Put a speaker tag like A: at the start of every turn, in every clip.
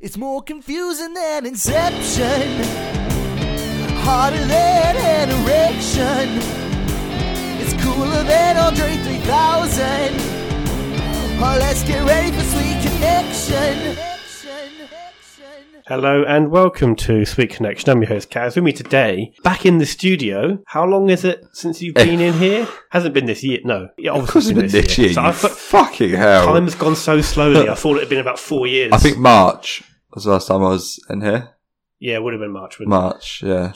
A: It's more confusing than Inception, harder than an erection. It's cooler than Andre 3000. Oh, let's get ready for sweet connection.
B: Hello and welcome to Sweet Connection. I'm your host Kaz. With me today, back in the studio. How long is it since you've been in here? Hasn't been this year. No, yeah,
C: Of course,
B: obviously
C: it's been this year.
B: So
C: you
B: I thought-
C: fucking hell.
B: time's gone so slowly. I thought it had been about four years.
C: I think March was the last time I was in here.
B: yeah, it would have been March. Wouldn't it?
C: March, yeah.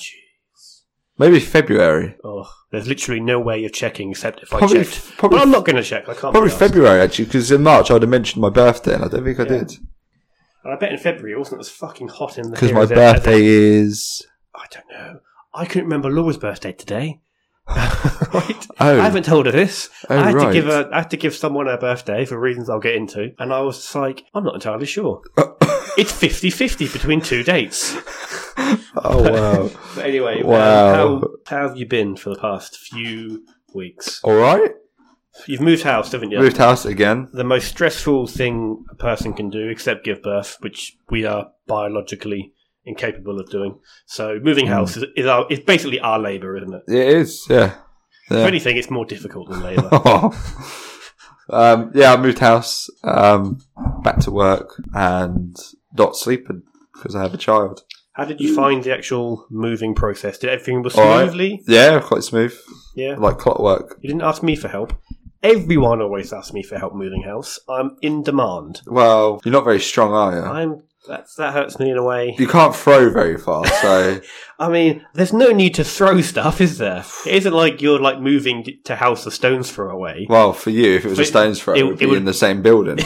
C: Maybe February.
B: Oh, there's literally no way of checking except if
C: Probably-
B: I checked.
C: probably-
B: but I'm not going to check. I can't.
C: Probably
B: be arsed.
C: February, actually, because in March I'd have mentioned my birthday, and I don't think I
B: Yeah.
C: did.
B: And I bet in February it wasn't as fucking hot in the.
C: Because
B: here
C: my
B: as it- as it-
C: birthday is.
B: I don't know. I couldn't remember Laura's birthday today. right.
C: Oh.
B: I haven't told her this.
C: Oh,
B: I had to
C: right.
B: give her, I had to give someone her birthday for reasons I'll get into, and I was just like, I'm not entirely sure. it's 50-50 between two dates.
C: Oh, wow.
B: But anyway, um,
C: Wow.
B: how, how have you been for the past few weeks?
C: All right.
B: You've moved house, haven't you?
C: Moved house again.
B: The most stressful thing a person can do, except give birth, which we are biologically incapable of doing. So moving
C: Hmm.
B: house is, is our, is basically our labour, isn't it?
C: It is, yeah.
B: If
C: Yeah.
B: anything, it's more difficult than labour.
C: um, yeah, I moved house, um, back to work, and not sleeping because I have a child.
B: How did you find the actual moving process? Did everything was
C: All right.
B: smoothly?
C: Yeah, quite smooth,
B: Yeah.
C: like clockwork.
B: You didn't ask me for help. Everyone always asks me for help moving house. I'm in demand.
C: Well, you're not very strong, are you?
B: I'm that's that hurts me in a way.
C: You can't throw very far, so
B: I mean, there's no need to throw stuff, is there? It isn't like you're like moving to house a stone's throw away.
C: well for you, if it was a
B: But
C: stone's throw,
B: it-
C: it, would be
B: it would-
C: in the same building.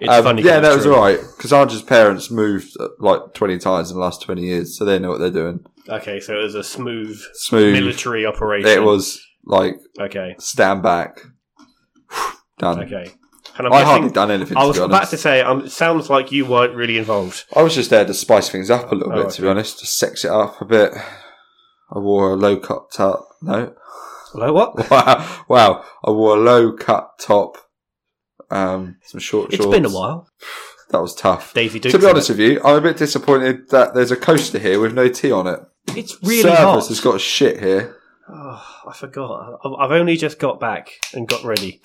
B: It's
C: Um,
B: funny. 'cause
C: yeah,
B: it's
C: that was
B: true.
C: all right. Because Andrew's parents moved uh, like twenty times in the last twenty years, so they know what they're doing.
B: Okay, so it was a smooth
C: Smooth.
B: military operation.
C: It was like
B: okay.
C: stand back, done.
B: Okay. And I'm
C: I
B: guessing-
C: hardly done anything.
B: I
C: to
B: was
C: be honest.
B: about to say, um, it sounds like you weren't really involved.
C: I was just there to spice things up a little
B: Oh,
C: bit, to be honest, to sex it up a bit. I wore a low cut top. No,
B: Hello, what?
C: wow, wow. I wore a low cut top, um, some short shorts.
B: It's been a while.
C: That was tough.
B: Daisy Dukes.
C: to be honest with you, I'm a bit disappointed that there's a coaster here with no tea on it.
B: it's really
C: Service
B: hot.
C: has got shit here.
B: Oh, I forgot. I- I've only just got back and got ready.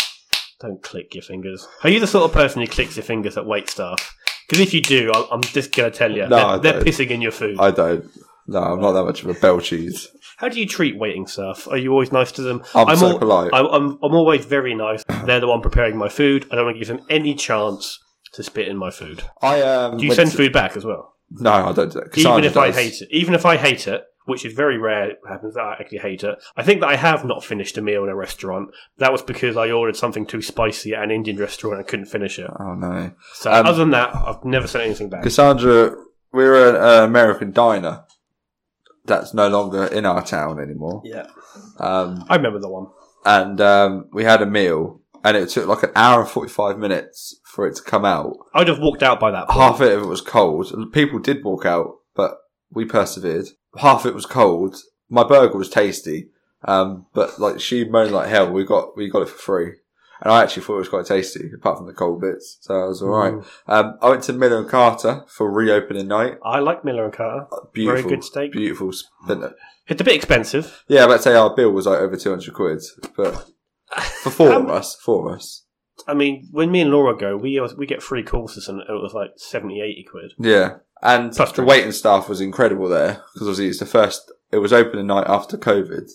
B: Don't click your fingers. Are you the sort of person who clicks your fingers at wait staff? Because if you do, I'll, I'm just going to tell you.
C: No, I
B: they're, they're
C: don't.
B: pissing in your food.
C: I don't. No, I'm not that much of a bell cheese.
B: How do you treat waiting staff? Are you always nice to them?
C: I'm so
B: al-
C: polite.
B: I, I'm, I'm always very nice. They're the one preparing my food. I don't want to give them any chance to spit in my food.
C: I um.
B: Do you
C: went
B: send
C: to-
B: food back as well?
C: No, I don't. Do that.
B: even
C: Cassandra
B: if I
C: does.
B: hate it, even if I hate it, which is very rare, it happens that I actually hate it. I think that I have not finished a meal in a restaurant. That was because I ordered something too spicy at an Indian restaurant and couldn't finish it.
C: Oh no,
B: So
C: Um,
B: other than that, I've never sent anything back.
C: Cassandra. We're at an uh, American diner that's no longer in our town anymore.
B: Yeah,
C: Um,
B: I remember the one.
C: and um, we had a meal, and it took like an hour and forty-five minutes for it to come out.
B: I'd have walked out by that. Point.
C: half of it was cold. People did walk out, but we persevered. Half it was cold. My burger was tasty, um, but like she moaned like hell. We got we got it for free, and I actually thought it was quite tasty, apart from the cold bits. So I was all right.
B: Mm.
C: Um, I went to Miller and Carter for reopening night.
B: I like Miller and Carter.
C: Beautiful,
B: good steak.
C: Beautiful. spin-
B: It's a bit expensive.
C: Yeah, I'd say our bill was like over two hundred quid, but for four
B: Um,
C: of us, four of us.
B: I mean, when me and Laura go, we always- we get free courses and it was like 70, 80 quid.
C: Yeah. And
B: Plus
C: the
B: drinks.
C: waiting staff was incredible there because obviously it's the first, it was opening night after COVID.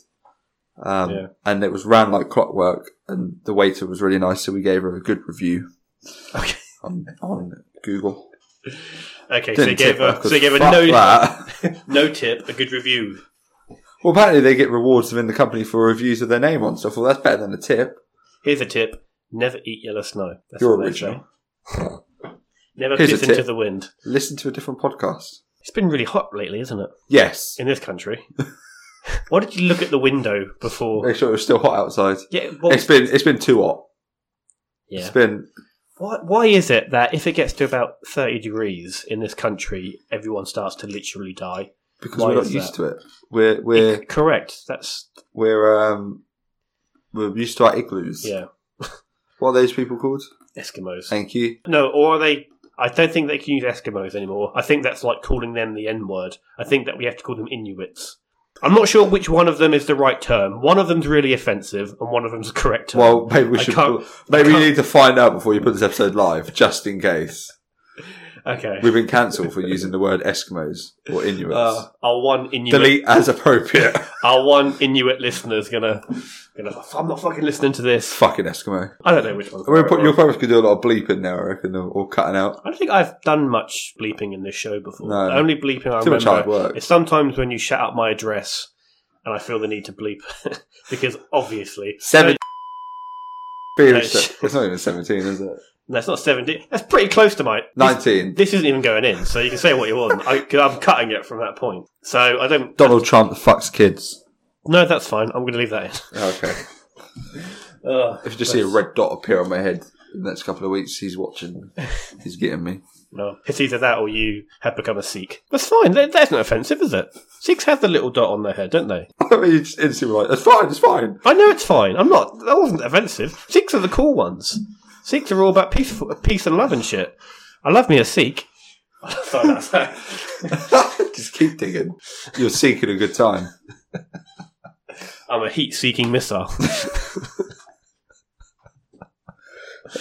C: Um,
B: Yeah.
C: And it was ran like clockwork and the waiter was really nice. So we gave her a good review
B: Okay.
C: on, on Google.
B: Okay, so they gave
C: tip her
B: her,
C: 'cause
B: so they gave her
C: fuck
B: no
C: that.
B: no tip, a good review.
C: well, apparently they get rewards within the company for reviews of their name on stuff. Well, that's better than a tip.
B: Here's a tip: never eat yellow snow. That's
C: You're
B: what they
C: original.
B: say. never
C: Here's a
B: piss into
C: tip.
B: the wind.
C: Listen to a different podcast.
B: It's been really hot lately, isn't it?
C: Yes.
B: In this country. Why did you look at the window before?
C: Make sure it was still hot outside.
B: Yeah. Well,
C: It's been, it's been too hot.
B: yeah.
C: It's been,
B: Why, why is it that if it gets to about thirty degrees in this country, everyone starts to literally die?
C: because
B: Why
C: we're not
B: is
C: used
B: that?
C: to it. We're, we're,
B: Correct. That's
C: We're um we're used to our igloos.
B: yeah.
C: What are those people called?
B: Eskimos.
C: Thank you.
B: No, or are they? I don't think they can use Eskimos anymore. I think that's like calling them the N word. I think that we have to call them Inuits. I'm not sure which one of them is the right term. One of them's really offensive, and one of them's the correct term.
C: Well, maybe we
B: I
C: should.
B: can't-
C: Maybe you
B: can't-
C: need to find out before you put this episode live, just in case.
B: okay.
C: We've been cancelled for using the word Eskimos or Inuits.
B: Uh, our one Inuit,
C: Delete as appropriate.
B: our one Inuit listener's gonna, gonna. I'm not fucking listening to this.
C: Fucking Eskimo.
B: I don't know which one.
C: I mean, put, you'll probably have to do a lot of bleeping now, I reckon, or, or cutting out.
B: I don't think I've done much bleeping in this show before.
C: No.
B: The only bleeping I
C: Too much hard
B: remember
C: work.
B: is sometimes when you shout out my address, and I feel the need to bleep because obviously
C: Seven.
B: No,
C: it's
B: sh-
C: not even 17, is it?
B: That's not 70. That's pretty close to my.
C: 19.
B: This isn't even going in, so you can say what you want. I, 'cause I'm cutting it from that point. So I don't.
C: Donald Trump fucks kids.
B: No, that's fine. I'm going to leave that
C: Okay.
B: in. Uh,
C: If you just see a red dot appear on my head in the next couple of weeks, he's watching. He's getting me.
B: no. It's either that or you have become a Sikh. That's fine. That, that's not offensive, is it? Sikhs have the little dot on their head, don't they?
C: I mean, it's instantly like, it's fine, it's fine.
B: I know it's fine. I'm not. That wasn't offensive. Sikhs are the cool ones. Sikhs are all about peaceful, peace and love and shit. I love me a Sikh. Sorry, that's
C: just keep digging. You're seeking a good time.
B: I'm a heat-seeking missile.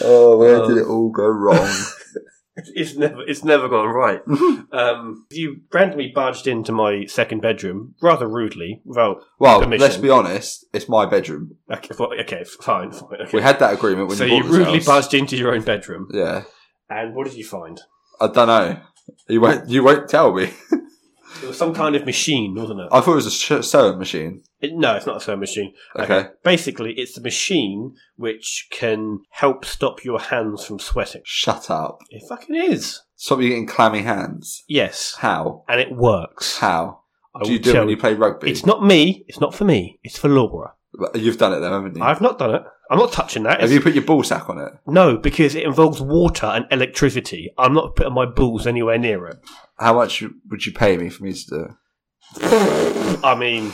C: Oh, where
B: did
C: did it all go wrong?
B: It's never, it's never gone right. um, you randomly barged into my second bedroom rather rudely. Well,
C: well,
B: Permission.
C: let's be honest. It's my bedroom.
B: okay, well, okay fine, fine. Okay.
C: We had that agreement when
B: so
C: you
B: you
C: bought this
B: rudely
C: house.
B: barged into your own bedroom,
C: Yeah,
B: and what did you find?
C: I don't know. You won't. You won't tell me.
B: It was some kind of machine, wasn't it?
C: I thought it was a sh- sewing machine.
B: It- no, it's not a sewing machine.
C: Okay.
B: Basically, it's a machine which can help stop your hands from sweating.
C: Shut up.
B: It fucking is.
C: Stop you getting clammy hands.
B: Yes,
C: How?
B: and it works.
C: How?
B: I
C: Do
B: will
C: you do it
B: tell
C: when you play rugby?
B: It's not me. It's not for me. It's for Laura.
C: But You've done it though, haven't you?
B: I've not done it. I'm not touching that.
C: Have
B: It's-
C: you put your ball sack on it?
B: No, because it involves water and electricity. I'm not putting my balls anywhere near it.
C: How much would you pay me for me to do? it?
B: I mean,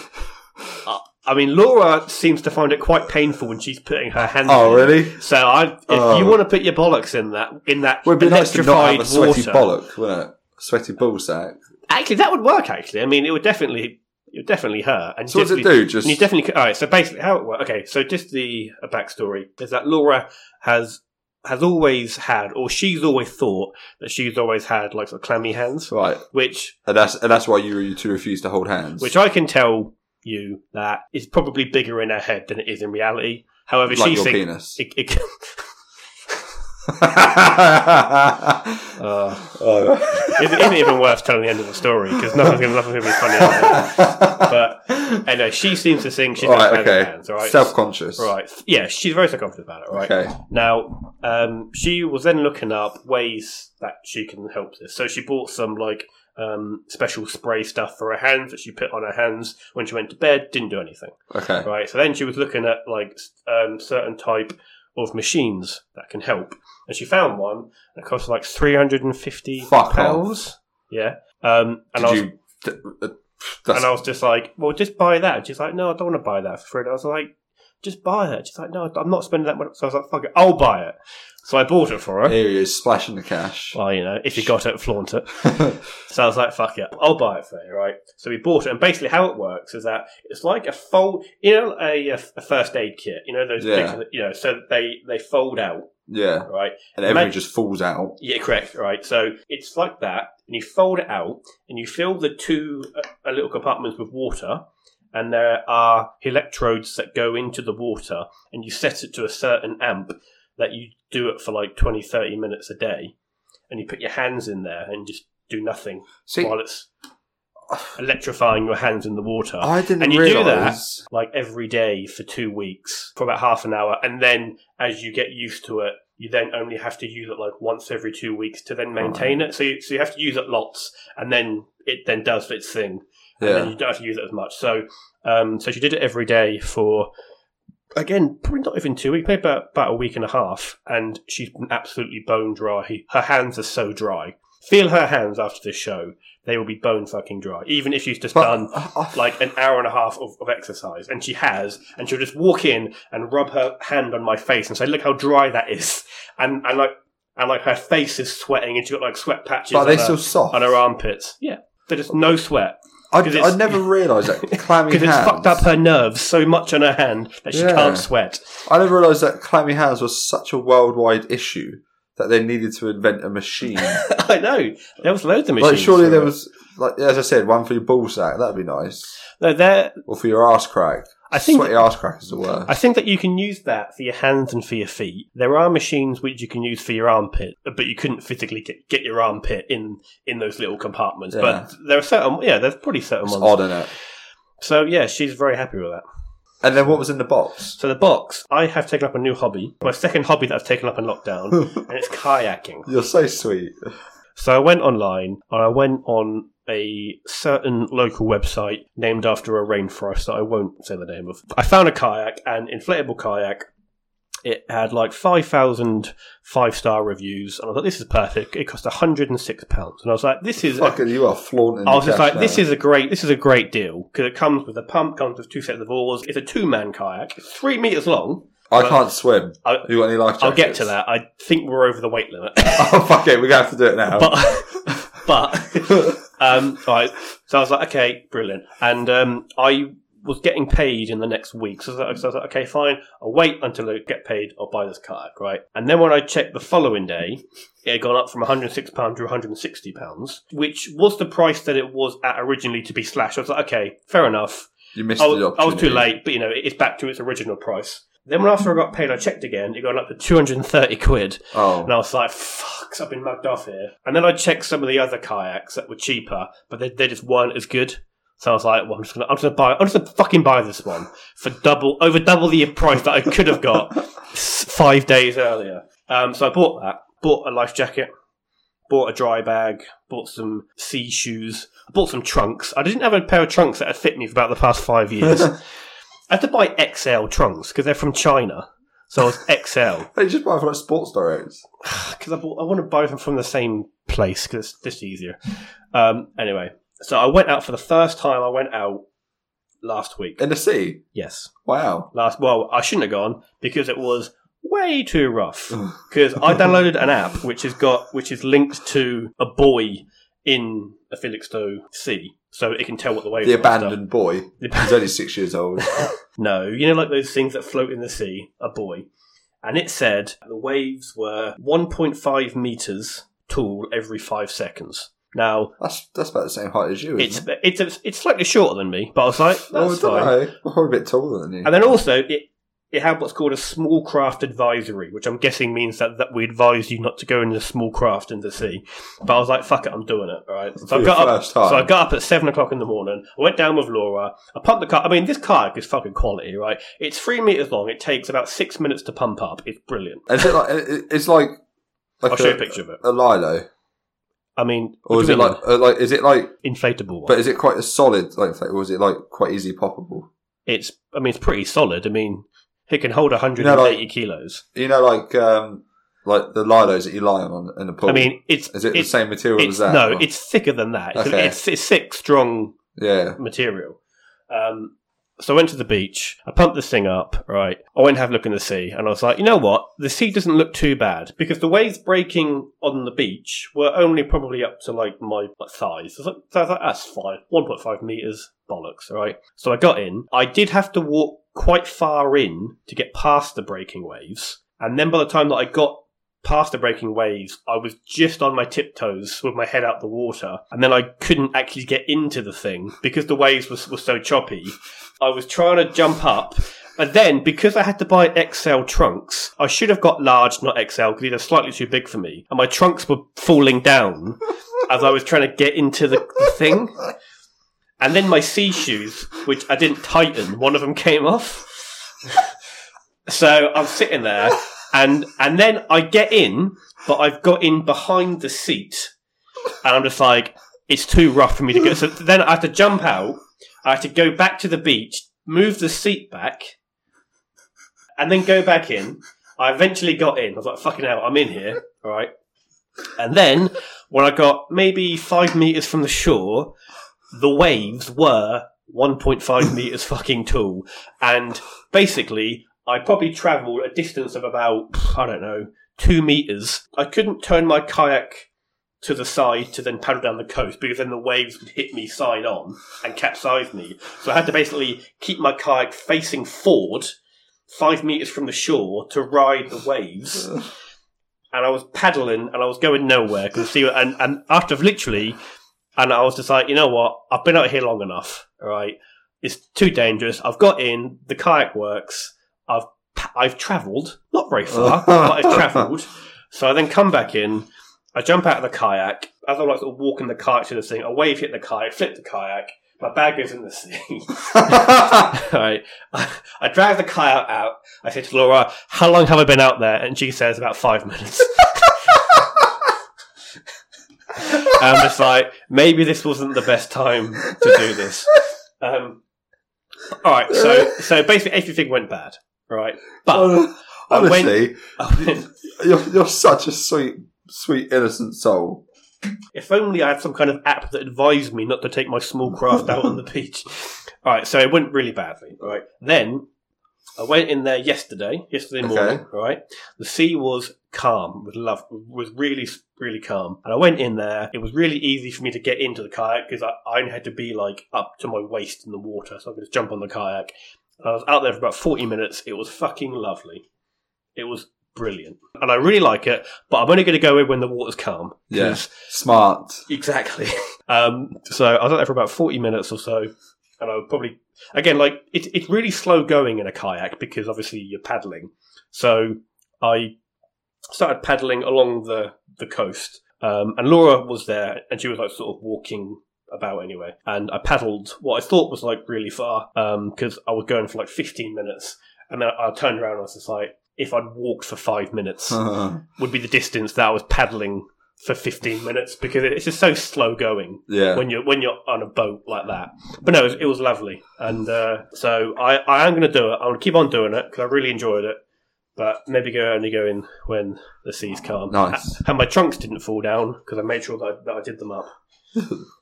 B: I, I mean, Laura seems to find it quite painful when she's putting her hands.
C: Oh,
B: in.
C: really?
B: So, I, if
C: Oh.
B: you want to put your bollocks in that, in that
C: Would be nice to
B: electrified
C: not have a
B: water,
C: sweaty bollock, wouldn't it? Sweaty ball sack.
B: actually, that would work. Actually, I mean, it would definitely. It would definitely hurt. And
C: So what does it
B: definitely-
C: do? Just
B: And you definitely could- all right. So basically, how it works? Okay, so just the a backstory is that Laura has has always had, or she's always thought that she's always had like sort of clammy hands,
C: right,
B: which
C: and that's and that's why you two refuse to hold hands.
B: which I can tell you that is probably bigger in her head than it is in reality. However,
C: like
B: she
C: your
B: thinks
C: penis.
B: it, it, uh,
C: Oh.
B: it isn't even worth telling the end of the story because nothing's going to be funny. about it. But anyway, she seems to think she's
C: all right,
B: got
C: okay.
B: uh, hands, all right?
C: Self-conscious.
B: Right. Yeah, she's very self-confident about it, right?
C: Okay.
B: Now, um, she was then looking up ways that she can help this. So she bought some like um, special spray stuff for her hands that she put on her hands when she went to bed. Didn't do anything.
C: Okay.
B: Right. So then she was looking at like s- um, certain type of machines that can help, and she found one that cost like three hundred and fifty
C: Fuck off.
B: pounds. Yeah. Um, and
C: Did
B: I was
C: you? d- uh, that's-
B: and I was just like, well, just buy that. And she's like, no, I don't want to buy that for free. And I was like, just buy it. She's like, no, I'm not spending that much. So I was like, fuck it, I'll buy it. So I bought it for her.
C: here he is splashing the cash.
B: Well, you know, if you got it, flaunt it. So I was like, fuck it, I'll buy it for you, right? So we bought it, and basically how it works is that it's like a fold, you know, a, a first aid kit, you know, those
C: Yeah.
B: things, that- you know, so they, they fold out,
C: yeah,
B: right?
C: and everything
B: Ma-
C: just falls out.
B: Yeah, correct, right? So it's like that, and you fold it out, and you fill the two uh, little compartments with water, and there are electrodes that go into the water, and you set it to a certain amp that you do it for like 20, 30 minutes a day, and you put your hands in there and just do nothing
C: See,
B: while it's electrifying your hands in the water.
C: I didn't
B: and you do that-
C: realize.
B: like every day for two weeks for about half an hour, and then as you get used to it, you then only have to use it like once every two weeks to then maintain it. So you, so you have to use it lots, and then it then does its thing, and then
C: Yeah,
B: you don't have to use it as much. So, um, so she did it every day for again probably not even two weeks, maybe about, about a week and a half, and she's been absolutely bone dry. Her hands are so dry. Feel her hands after this show. They will be bone fucking dry, even if she's just
C: But-
B: done like an hour and a half of, of exercise. And she has, and she'll just walk in and rub her hand on my face and say, "Look how dry that is," and and like and like her face is sweating, and she has got like sweat patches.
C: But are
B: on
C: they
B: her-
C: still soft?
B: on her armpits? Yeah, they're just no sweat.
C: I,
B: 'cause it's-
C: I never realised that clammy
B: Because
C: hands.
B: it's fucked up her nerves so much on her hand that she
C: Yeah.
B: can't sweat.
C: I never realised that clammy hands was such a worldwide issue that they needed to invent a machine.
B: I know. There was loads of machines.
C: like, surely
B: for
C: there
B: it.
C: was, like, as I said, one for your ball sack. That'd be nice,
B: No, there.
C: or for your ass crack.
B: I think
C: sweaty ass crack is the worst.
B: I think that you can use that for your hands and for your feet. There are machines which you can use for your armpit, but you couldn't physically get, get your armpit in in those little compartments.
C: Yeah.
B: But there are certain, yeah, there's probably certain
C: it's
B: ones.
C: odd, innit?
B: So yeah, she's very happy with that.
C: And then what was in the box?
B: So the box, I have taken up a new hobby, my second hobby that I've taken up in lockdown, and it's kayaking.
C: You're so sweet.
B: So I went online and I went on a certain local website named after a rainforest that I won't say the name of. I found a kayak, an inflatable kayak. It had like 5,000 five star reviews, and I was like, this is perfect. It cost £106. And I was like, this is.
C: Fucking, you are flaunting.
B: I was just
C: cash
B: like, this
C: now.
B: is a great, this is a great deal because it comes with a pump, comes with two sets of oars. It's a two-man kayak, it's three meters long.
C: I can't swim.
B: I-
C: you got any life jackets?
B: I'll get to that. I think we're over the weight limit,
C: oh fuck it, we're gonna have to do it now.
B: but but Um, right. So I was like, okay, brilliant. And um, I was getting paid in the next week. So I, was like, so I was like, okay, fine. I'll wait until I get paid. I'll buy this kayak, right? And then when I checked the following day, it had gone up from £106 to £160, which was the price that it was at originally to be slashed. I was like, okay, fair enough.
C: you missed
B: I
C: the
B: was, I
C: opportunity.
B: was too late, but you know, it's back to its original price. Then when after I got paid, I checked again. It got up to 230 quid.
C: Oh,
B: And I was like, fuck, I've been mugged off here. And then I checked some of the other kayaks that were cheaper, but they, they just weren't as good. So I was like, well, I'm just gonna, I'm just gonna buy, I'm just gonna fucking buy this one for double, over double the price that I could have got s- five days earlier. Um, so I bought that, bought a life jacket, bought a dry bag, bought some sea shoes, bought some trunks. I didn't have a pair of trunks that had fit me for about the past five years. I had to buy XL trunks because they're from China. So I was XL
C: they just buy from like Sports Direct.
B: because I, bought- I want to buy them from the same place because it's just easier. Um, anyway, so I went out for the first time. I went out last week.
C: in the sea.
B: Yes,
C: Wow.
B: last. Well, I shouldn't have gone because it was way too rough. Because I downloaded an app which has got which is linked to a buoy in a Felixstowe sea, so it can tell what the waves.
C: The
B: are and stuff.
C: abandoned boy.
B: The ab-
C: He's only six years old.
B: No, you know, like those things that float in the sea, a buoy. And it said the waves were 1.5 meters tall every five seconds. Now,
C: That's that's about the same height as you.
B: it's
C: Isn't
B: it's it's slightly shorter than me, but I was like,
C: it? Well, I
B: that's
C: Oh, don't
B: fine.
C: know. We're probably a bit taller than you.
B: And then also, it it had what's called a small craft advisory, which I'm guessing means that, that we advise you not to go in a small craft in the sea. But I was like, fuck it, I'm doing it. All right. So I
C: your
B: got up.
C: first time.
B: So I got up at seven o'clock in the morning. I went down with Laura. I pumped the car. I mean, this kayak is fucking quality, right? It's three meters long. It takes about six minutes to pump up. It's brilliant.
C: Is it like it- it- it's like, like
B: I'll show you a picture of it.
C: A Lilo,
B: I mean,
C: or
B: what
C: is
B: do
C: it
B: you mean?
C: like uh, like is it like?
B: inflatable? One.
C: But is it quite a solid like, or is it like quite easy poppable?
B: it's I mean, it's pretty solid. I mean, it can hold 180 kilos.
C: You know, like um, like the Lilos that you lie on in the pool.
B: I mean, it's
C: is it the
B: it's-
C: same material
B: it's-
C: as that?
B: No,
C: Or-
B: it's thicker than that. It's,
C: Okay.
B: it's, it's thick, strong
C: yeah.
B: material. Um, so I went to the beach. I pumped this thing up. Right, I went and had a look in the sea, and I was like, you know what? The sea doesn't look too bad because the waves breaking on the beach were only probably up to like my like, thighs. So I was like- so I was like, that's fine. One point five meters, bollocks. All right. So I got in. I did have to walk quite far in to get past the breaking waves, and then by the time that I got past the breaking waves, I was just on my tiptoes with my head out the water, and then I couldn't actually get into the thing because the waves were, were so choppy. I was trying to jump up, but then because I had to buy XL trunks, I should have got large, not XL, because these are slightly too big for me, and my trunks were falling down as I was trying to get into the, the thing. And then my sea shoes, which I didn't tighten, one of them came off. So I'm sitting there, and and then I get in, but I've got in behind the seat, and I'm just like, it's too rough for me to go. So then I have to jump out. I have to go back to the beach, move the seat back, and then go back in. I eventually got in. I was like, fucking hell, I'm in here. All right. And then when I got maybe five meters from the shore, the waves were 1.5 meters fucking tall. And basically, I probably traveled a distance of about, I don't know, two meters. I couldn't turn my kayak to the side to then paddle down the coast because then the waves would hit me side on and capsize me. So I had to basically keep my kayak facing forward, five meters from the shore, to ride the waves. and I was paddling and I was going nowhere. Cause see, and, and after literally, and I was just like, you know what? I've been out here long enough. All right. It's too dangerous. I've got in. The kayak works. I've, pa- I've traveled, not very far, but I've traveled. So I then come back in. I jump out of the kayak. As I'm like sort of walking the kayak to the thing, a wave hit the kayak, flip the kayak. My bag goes in the sea. All right. I, I drag the kayak out. I say to Laura, How long have I been out there? And she says, About five minutes. and I'm just like, Maybe this wasn't the best time to do this. Um, all right. So, so basically, everything went bad. All right. But
C: Oh,
B: I went-
C: Honestly, you're, you're such a sweet, sweet, innocent soul.
B: If only I had some kind of app that advised me not to take my small craft out on the beach. All right, so it went really badly. All right, then I went in there yesterday, yesterday
C: Okay.
B: morning. All right, the sea was calm, was love, was really, really calm. And I went in there. It was really easy for me to get into the kayak because I, I only had to be like up to my waist in the water, so I could just jump on the kayak. And I was out there for about forty minutes. It was fucking lovely. It was brilliant, and I really like it. But I'm only going to go in when the water's calm. 'cause
C: Yeah. Smart.
B: Exactly. Um, so I was out there for about 40 minutes or so, and I would probably, again, like, it, it's really slow going in a kayak because obviously you're paddling. So I started paddling along the, the coast, um, and Laura was there, and she was like sort of walking about anyway. And I paddled what I thought was like really far, because I was going for like 15 minutes, and then I, I turned around and I was just like, if I'd walked for five minutes, would be the distance that I was paddling for 15 minutes because it's just so slow going
C: yeah.
B: when you're when you're on a boat like that. But no, it was, it was lovely, and uh, so I, I am going to do it. I'm going to keep on doing it because I really enjoyed it. But maybe go only go in when the sea's calm.
C: Nice.
B: And my trunks didn't fall down because I made sure that I, that I did them up.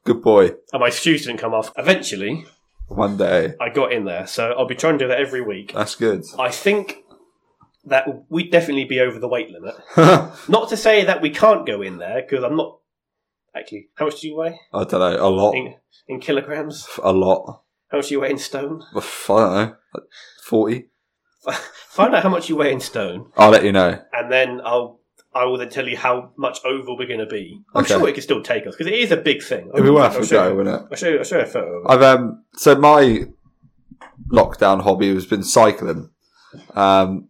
C: Good boy.
B: And my shoes didn't come off. Eventually,
C: One day.
B: I got in there, so I'll be trying to do that every week.
C: That's good.
B: I think that we'd definitely be over the weight limit. Not to say that we can't go in there because I'm not actually. How much do you weigh
C: I don't know. A lot.
B: in, in kilograms?
C: A lot.
B: How much do you weigh in stone?
C: I don't know. like 40.
B: Find out how much you weigh in stone,
C: I'll let you know.
B: and then I'll I will then tell you how much over we're going to be. I'm
C: Okay.
B: sure it can still take us because it is a big thing.
C: It'd be worth a
B: show
C: go,
B: you-
C: wouldn't it?
B: I'll show you. I'll show you a photo. Of it.
C: I've um so my lockdown hobby has been cycling. Um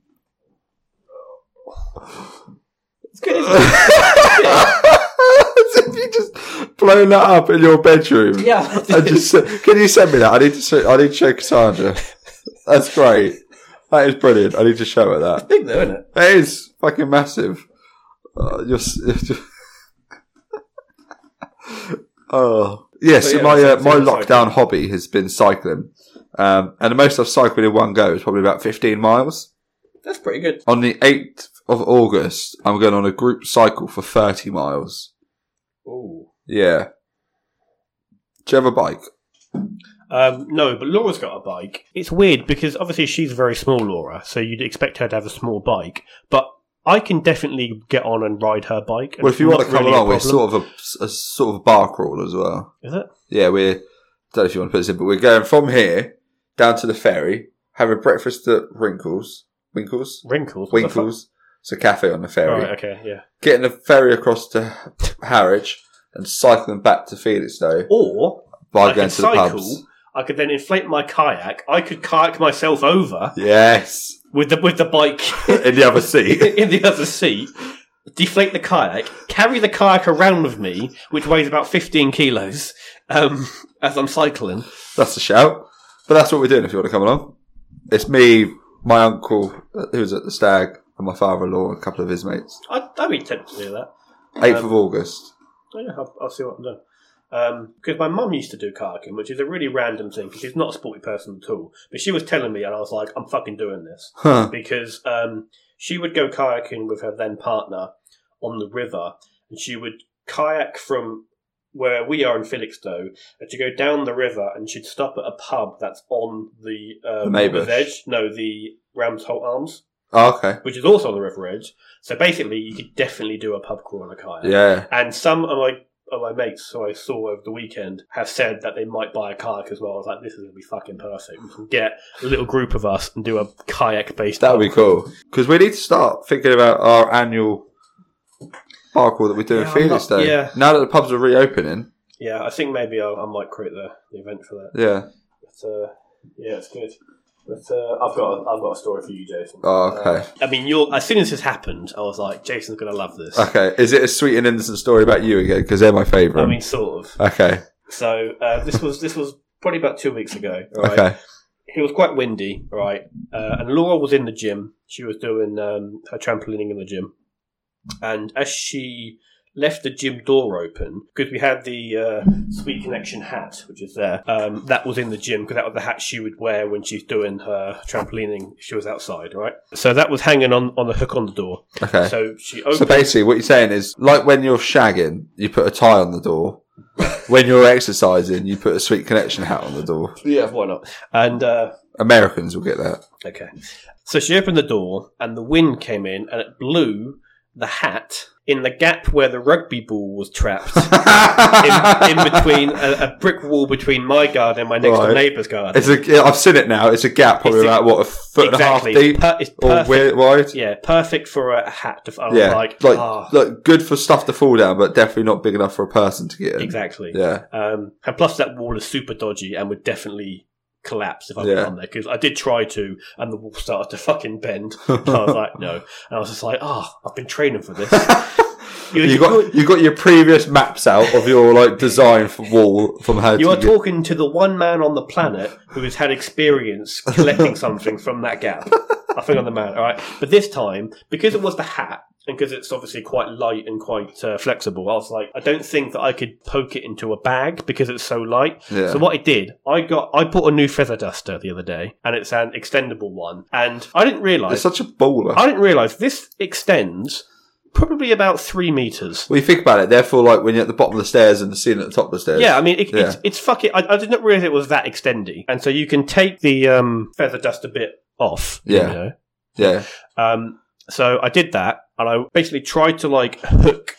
B: It's good. Isn't it?
C: so if you just blown that up in your bedroom.
B: yeah.
C: I just can you send me that? I need to show, I need to show Cassandra. That's great. That is brilliant. I need to show her that.
B: Big though, isn't it?
C: That is fucking massive. Uh, you're, s- oh yes.
B: So,
C: so
B: yeah,
C: my
B: so-
C: uh,
B: so
C: my
B: you're cycling.
C: lockdown hobby has been cycling, um, and the most I've cycled in one go is probably about fifteen miles.
B: That's pretty good.
C: On the eighth of August, I'm going on a group cycle for thirty miles.
B: Ooh.
C: Yeah. Do you have a bike?
B: Um, no, but Laura's got a bike. It's weird because obviously she's very small, Laura, so you'd expect her to have a small bike. But I can definitely get on and ride her bike. and
C: Well, if you
B: it's
C: want to
B: not
C: come
B: really a
C: along, we're
B: problem.
C: sort of a, a sort of bar crawl as well.
B: Is it?
C: Yeah, we're don't know if you want to put this in, but we're going from here down to the ferry, having breakfast at Wrinkles, Winkles,
B: Wrinkles. what the fuck?
C: Winkles. It's a cafe on the ferry.
B: Right, okay, yeah.
C: Getting a ferry across to Harwich and cycling back to Felixstowe
B: Or
C: by
B: I
C: going
B: could
C: to the pubs.
B: cycle. I could then inflate my kayak. I could kayak myself over
C: Yes,
B: with the with the bike
C: in the other sea.
B: in the other seat. Deflate the kayak, carry the kayak around with me, which weighs about fifteen kilos, um, as I'm cycling.
C: That's a shout. But that's what we're doing. If you want to come along, it's me, my uncle uh, who's at the stag, and my father-in-law and a couple of his mates.
B: I'd, I'd be tempted to do that.
C: Eighth
B: Um,
C: of August.
B: Oh, Yeah, I'll, I'll see what I'm doing. Because my mum used to do kayaking, which is a really random thing because she's not a sporty person at all. But she was telling me, and I was like, I'm fucking doing this.
C: Huh.
B: Because um, she would go kayaking with her then partner on the river, and she would kayak from where we are in Felixstowe and to go down the river and she'd stop at a pub that's on the
C: The
B: um,
C: Maybush.
B: river's edge. No, the Ram's Holt Arms,
C: Oh, okay.
B: which is also on the river edge. So basically, you could definitely do a pub crawl on a kayak.
C: Yeah.
B: And some of my of my mates who I saw over the weekend have said that they might buy a kayak as well. I was like, this is going to be fucking perfect. We can get a little group of us and do a kayak based.
C: That would be cool. Because we need to start thinking about our annual parkour that we
B: Yeah,
C: do in
B: I'm not-
C: Felixstowe.
B: yeah.
C: Now that the pubs are reopening.
B: Yeah, I think maybe I'll, I might create the, the event for that.
C: Yeah.
B: But, uh, yeah, it's good. But uh, I've got a, I've got a story for you, Jason.
C: Oh, okay.
B: Uh, I mean, you're, as soon as this happened, I was like, Jason's going to love this.
C: Okay. Is it a sweet and innocent story about you again? Because they're my favourite.
B: I mean, sort of.
C: okay.
B: So uh, this was this was probably about two weeks ago. Right?
C: Okay.
B: it was quite windy, right? Uh, and Laura was in the gym. She was doing um, her trampolining in the gym. And as she left the gym door open, because we had the uh, Sweet Connection hat, which is there, um, that was in the gym because that was the hat she would wear when she's doing her trampolining if she was outside, right? So that was hanging on, on the hook on the door.
C: Okay. So,
B: So she opened.
C: basically, what you're saying is like when you're shagging, you put a tie on the door. when you're exercising, you put a sweet connection hat on the door.
B: yeah, why not? And uh,
C: Americans will get that.
B: Okay. So she opened the door, and the wind came in, and it blew the hat in the gap where the rugby ball was trapped. In, in between a, a brick wall between my garden and my next door
C: Right.
B: neighbour's garden.
C: It's a. I've seen it now. It's a gap probably
B: It's a-
C: about what a foot
B: exactly.
C: and a half deep
B: Per- it's
C: or
B: perfect.
C: weird wide.
B: yeah, perfect for a hat. To, I was
C: Yeah,
B: like,
C: like,
B: ah,
C: look, good for stuff to fall down, but definitely not big enough for a person to get in.
B: exactly.
C: Yeah,
B: Um, and plus, that wall is super dodgy and would definitely collapse if I
C: Yeah.
B: went on there because I did try to, and the wall started to fucking bend. And I was like, no. And I was just like, ah, I've been training for this. You-
C: you
B: you-
C: got you got your previous maps out of your like design for wall from how
B: You
C: to
B: are
C: get-
B: talking to the one man on the planet who has had experience collecting something from that gap. I think I'm the man. All right, but this time because it was the hat and because it's obviously quite light and quite uh, flexible, I was like, I don't think that I could poke it into a bag because it's so light.
C: Yeah.
B: So what I did, I got, I bought a new feather duster the other day, and it's an extendable one, and I didn't
C: It's
B: realize,
C: such a baller.
B: I didn't realize this extends probably about three meters.
C: Well, you think about it. Therefore, like when you're at the bottom of the stairs and the ceiling at the top of the stairs.
B: Yeah, I mean, it,
C: Yeah.
B: it's it's fucking. I, I did not realize it was that extendy, and so you can take the um, feather dust a bit off.
C: Yeah.
B: You know?
C: yeah,
B: Um. So I did that, and I basically tried to like hook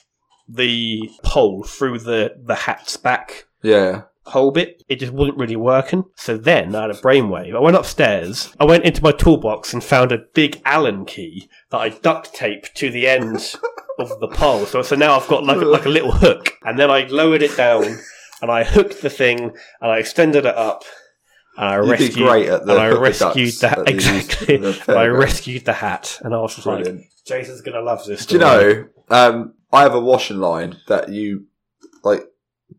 B: the pole through the the hat's back
C: yeah.
B: hole bit. It just wasn't really working. So then I had a brainwave. I went upstairs. I went into my toolbox and found a big Allen key that I duct taped to the end of the pole. So so now I've got like like a little hook, and then I lowered it down and I hooked the thing and I extended it up. And I
C: You'd
B: rescued,
C: be great at the
B: and I
C: hooker
B: rescued
C: ducks
B: the
C: that they use
B: exactly.
C: for the
B: and I
C: fairground.
B: rescued the hat, and I was just like,
C: Brilliant.
B: "Jason's gonna love this."
C: Do you
B: story.
C: know? Um, I have a washing line that you like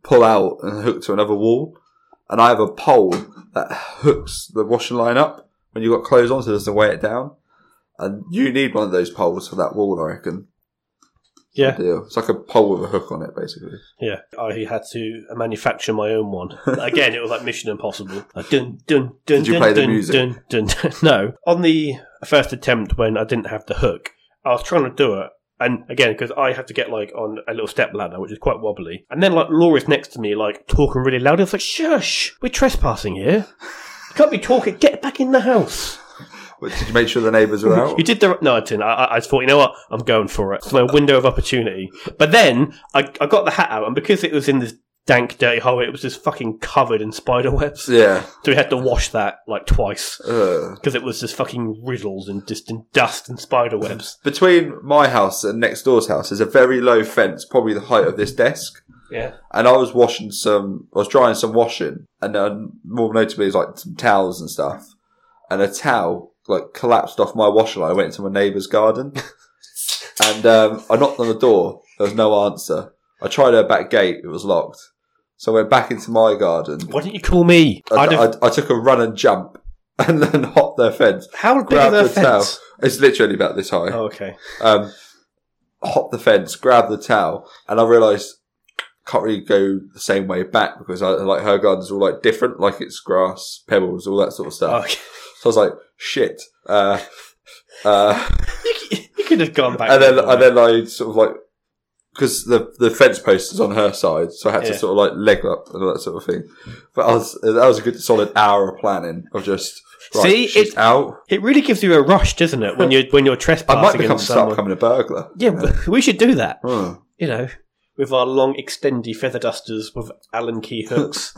C: pull out and hook to another wall, and I have a pole that hooks the washing line up when you've got clothes on, so it doesn't weigh it down. And you need one of those poles for that wall, I reckon.
B: Yeah,
C: Deal. It's like a pole with a hook on it, basically.
B: Yeah, I had to manufacture my own one. Again, it was like Mission Impossible. Like, dun, dun, dun,
C: Did you
B: dun,
C: play the
B: dun,
C: music?
B: Dun, dun, No. On the first attempt, when I didn't have the hook, I was trying to do it. And again, because I have to get like on a little step ladder, which is quite wobbly. And then like Laura's next to me, like talking really loud. It's like, shush, we're trespassing here. You can't be talking. Get back in the house.
C: But did you make sure the neighbours were out?
B: You did the no, I didn't. I, I- I thought, you know what? I'm going for it. It's my window of opportunity. But then I, I got the hat out, and because it was in this dank, dirty hole, it was just fucking covered in spider webs.
C: yeah.
B: So we had to wash that like twice
C: Ugh.
B: because it was just fucking riddles and just in dust and spider webs.
C: Between my house and next door's house is a very low fence, probably the height of this desk.
B: Yeah,
C: and I was washing some, I was drying some washing, and uh, more notably is like some towels and stuff, and a towel like collapsed off my washer line. I went into my neighbour's garden, and um, I knocked on the door. There was no answer. I tried her back gate; it was locked. So I went back into my garden.
B: why didn't you call me?
C: I,
B: I'd have,
C: I, I took a run and jump, and then hopped their fence.
B: how big is
C: Grabbed
B: their
C: the
B: fence?
C: towel. It's literally about this high.
B: Oh, okay.
C: Um, hopped the fence, grabbed the towel, and I realised can't really go the same way back because I, like her garden's all like different, like it's grass, pebbles, all that sort of stuff.
B: Oh, okay.
C: So I was like, shit. Uh, uh,
B: you, c- you could have gone back.
C: and then
B: there.
C: and then I sort of like because the the fence post is on her side, so I had to
B: Yeah.
C: sort of like leg up and all that sort of thing. But I was that was a good solid hour of planning of just right,
B: See,
C: she's
B: it-
C: out.
B: It really gives you a rush, doesn't it, when you're when you're
C: I might
B: trespassing
C: become
B: against
C: start
B: someone?
C: becoming a burglar.
B: Yeah, but we should do that.
C: Hmm.
B: You know, with our long extendy feather dusters with Allen key hooks.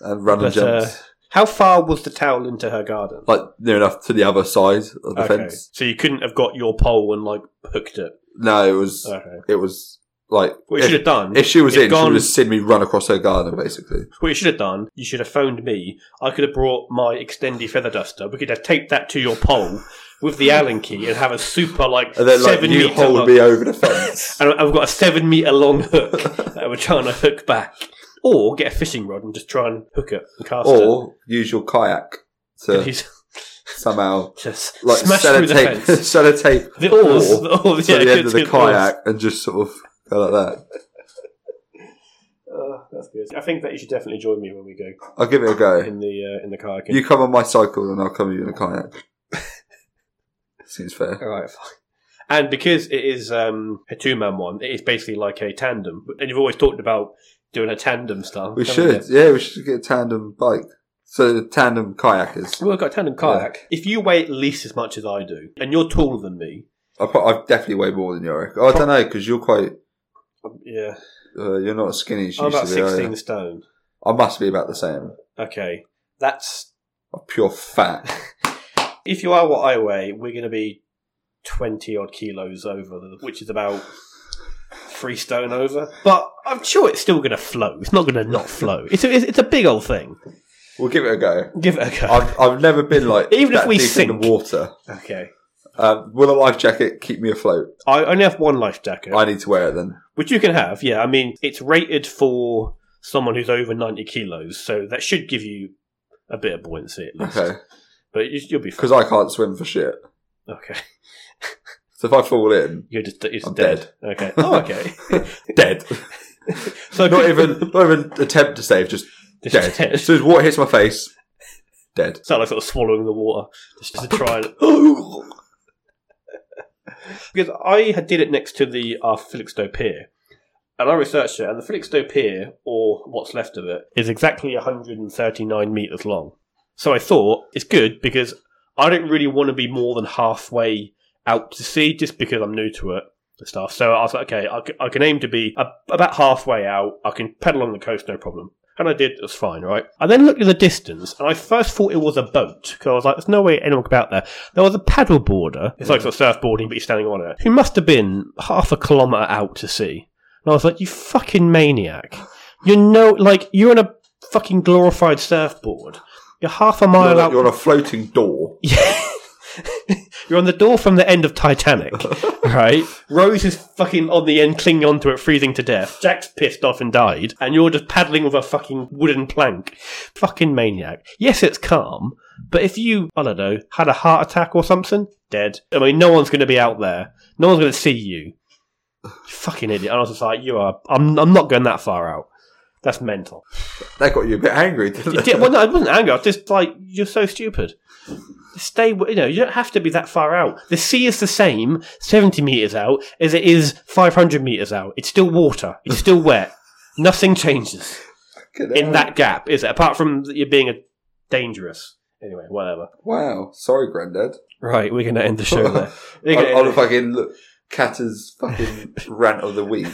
C: and run and
B: But, uh,
C: jumps
B: How far was the towel into her garden?
C: like near enough to the other side of the fence.
B: So you couldn't have got your pole and like hooked it.
C: No, it was
B: Okay.
C: it was like
B: What you should
C: if,
B: have done?
C: if she was
B: if
C: in, she
B: gone-
C: would have seen me run across her garden basically.
B: What you should have done, you should have phoned me. I could have brought my extendy feather duster. We could have taped that to your pole with the Allen key and have a super like
C: And then like
B: seven
C: you
B: meter
C: hold
B: long-
C: me over the fence.
B: And I've got a seven meter long hook that we're trying to hook back, or get a fishing rod and just try and hook it and cast it.
C: or use your kayak
B: And
C: to
B: he's
C: somehow
B: just
C: like
B: smash through the
C: sellotape
B: fence.
C: sellotape
B: The oars,
C: or
B: the oars,
C: to
B: yeah,
C: the
B: good,
C: end of the
B: good oars.
C: kayak and just sort of go like that.
B: Uh, that's good. I think that you should definitely join me when we go
C: I'll give it a go.
B: in the uh, in the kayaking.
C: You come on my cycle and I'll come with you in a kayak. Seems fair.
B: All right, fine. And because it is um, a two-man one, it is basically like a tandem. And you've always talked about doing a tandem stuff.
C: We
B: haven't
C: should,
B: you?
C: yeah, we should get a tandem bike. So the tandem kayakers.
B: Well, I've got a tandem kayak. If you weigh at least as much as I do, and you're taller than me,
C: I pro- I've definitely weigh more than you. I reckon. I don't know because you're quite.
B: yeah,
C: Uh, you're not as skinny as you
B: I'm
C: used
B: about
C: to be. are you?
B: 16 stone.
C: I must be about the same.
B: Okay, that's
C: I'm pure fat.
B: if you are what I weigh, we're going to be 20 odd kilos over, the- which is about three stone over. But I'm sure it's still going to flow. It's not going to not flow. It's a, it's a big old thing.
C: We'll give it a go.
B: Give it a go.
C: I've, I've never been like
B: Even if
C: that
B: we
C: deep in
B: sink.
C: the water.
B: okay.
C: Um, will a life jacket keep me afloat?
B: I only have one life jacket.
C: I need to wear it then.
B: Which you can have, yeah. I mean, it's rated for someone who's over 90 kilos, so that should give you a bit of buoyancy at least.
C: Okay,
B: But you, you'll be fine.
C: because I can't swim for shit.
B: Okay.
C: So if I fall in,
B: You're just, you're just
C: I'm
B: dead. Okay. Oh, okay.
C: dead.
B: So
C: not even not even attempt to save. Just
B: Just
C: dead.
B: dead.
C: As soon as water hits my face, dead.
B: It's not like sort of swallowing the water just to try and. Because I had did it next to the uh, Felixstowe Pier, and I researched it, and the Felixstowe Pier, or what's left of it, is exactly 139 metres long. So I thought it's good because I don't really want to be more than halfway out to sea just because I'm new to it and stuff. So I was like, okay, I c- I can aim to be a- about halfway out. I can pedal along the coast, no problem. And I did, it was fine, right? I then looked at the distance, and I first thought it was a boat, because I was like, there's no way anyone could be out there. There was a paddle boarder, it's like sort of surfboarding, but you're standing on it, who must have been half a kilometre out to sea. And I was like, you fucking maniac. You're no, like, you're on a fucking glorified surfboard. You're half a mile
C: You're,
B: out.
C: you're on a floating door.
B: You're on the door from the end of Titanic, right? Rose is fucking on the end, clinging onto it, freezing to death. Jack's pissed off and died, and you're just paddling with a fucking wooden plank. Fucking maniac. Yes, it's calm, but if you, I don't know, had a heart attack or something, dead. I mean, no one's going to be out there. No one's going to see you. Fucking idiot. And I was just like, you are. I'm, I'm not going that far out. That's mental.
C: That got you a bit angry, didn't
B: It
C: it?
B: did- well, no, it wasn't anger. I was just like, you're so stupid. Stay, w- you know, you don't have to be that far out. The sea is the same 70 metres out as it is 500 metres out. It's still water. It's still wet. Nothing changes in that gap, is it? Apart from that you're being a dangerous. Anyway, whatever.
C: Wow. Sorry, Grandad.
B: Right, we're going to end the show there. We're gonna
C: on,
B: end
C: on
B: it-
C: a fucking look, Catter's fucking rant of the week.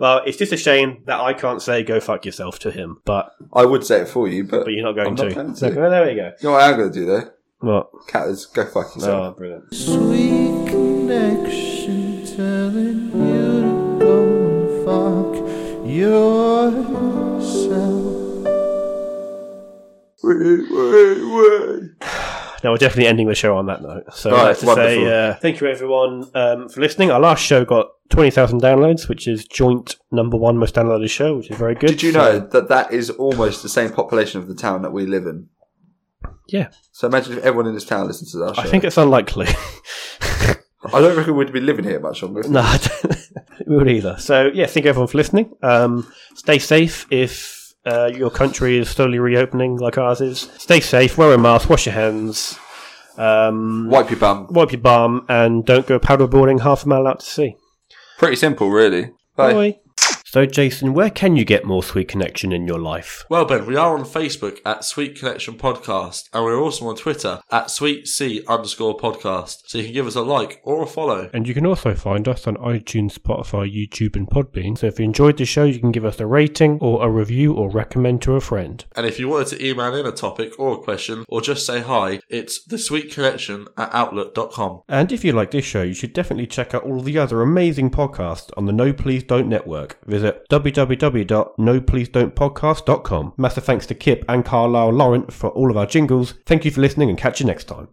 B: well, it's just a shame that I can't say go fuck yourself to him, but
C: I would say it for you, but,
B: but you're not going
C: I'm
B: to.
C: not going to.
B: Okay, well, there we go.
C: you know what I'm going to do though?
B: What?
C: Catter's go fuck
B: Oh,
C: yourself.
B: brilliant.
A: Sweet connection telling you to go and fuck yourself.
C: Wait, wait, wait.
B: No, we're definitely ending the show on that note. So
C: All right,
B: that's to
C: wonderful.
B: say, uh, thank you everyone um, for listening. Our last show got twenty thousand downloads, which is joint number one most downloaded show, which is very good.
C: Did you
B: So-
C: know that that is almost the same population of the town that we live in?
B: Yeah,
C: So imagine if everyone in this town listened to that show.
B: I think it's unlikely.
C: I don't reckon we'd be living here much longer.
B: no, I don't we would either. So yeah, thank you everyone for listening. Um, stay safe if. Uh, your country is slowly reopening like ours is. Stay safe, wear a mask, wash your hands, um,
C: Wipe your bum.
B: wipe your bum, and don't go paddleboarding half a mile out to sea.
C: Pretty simple, really. Bye.
D: So, Jason, where can you get more Sweet Connection in your life?
E: Well, Ben, we are on Facebook at Sweet Connection Podcast, and we're also on Twitter at Sweet C underscore podcast. So you can give us a like or a follow.
B: And you can also find us on iTunes, Spotify, YouTube, and Podbean. So if you enjoyed the show, you can give us a rating or a review or recommend to a friend.
E: And if you wanted to email in a topic or a question or just say hi, it's the Sweet Connection at outlook.com.
B: And if you like this show, you should definitely check out all the other amazing podcasts on the No Please Don't Network. Visit www.nopleasedon'tpodcast.com. Massive thanks to Kip and Carlisle Laurent for all of our jingles. Thank you for listening and catch you next time.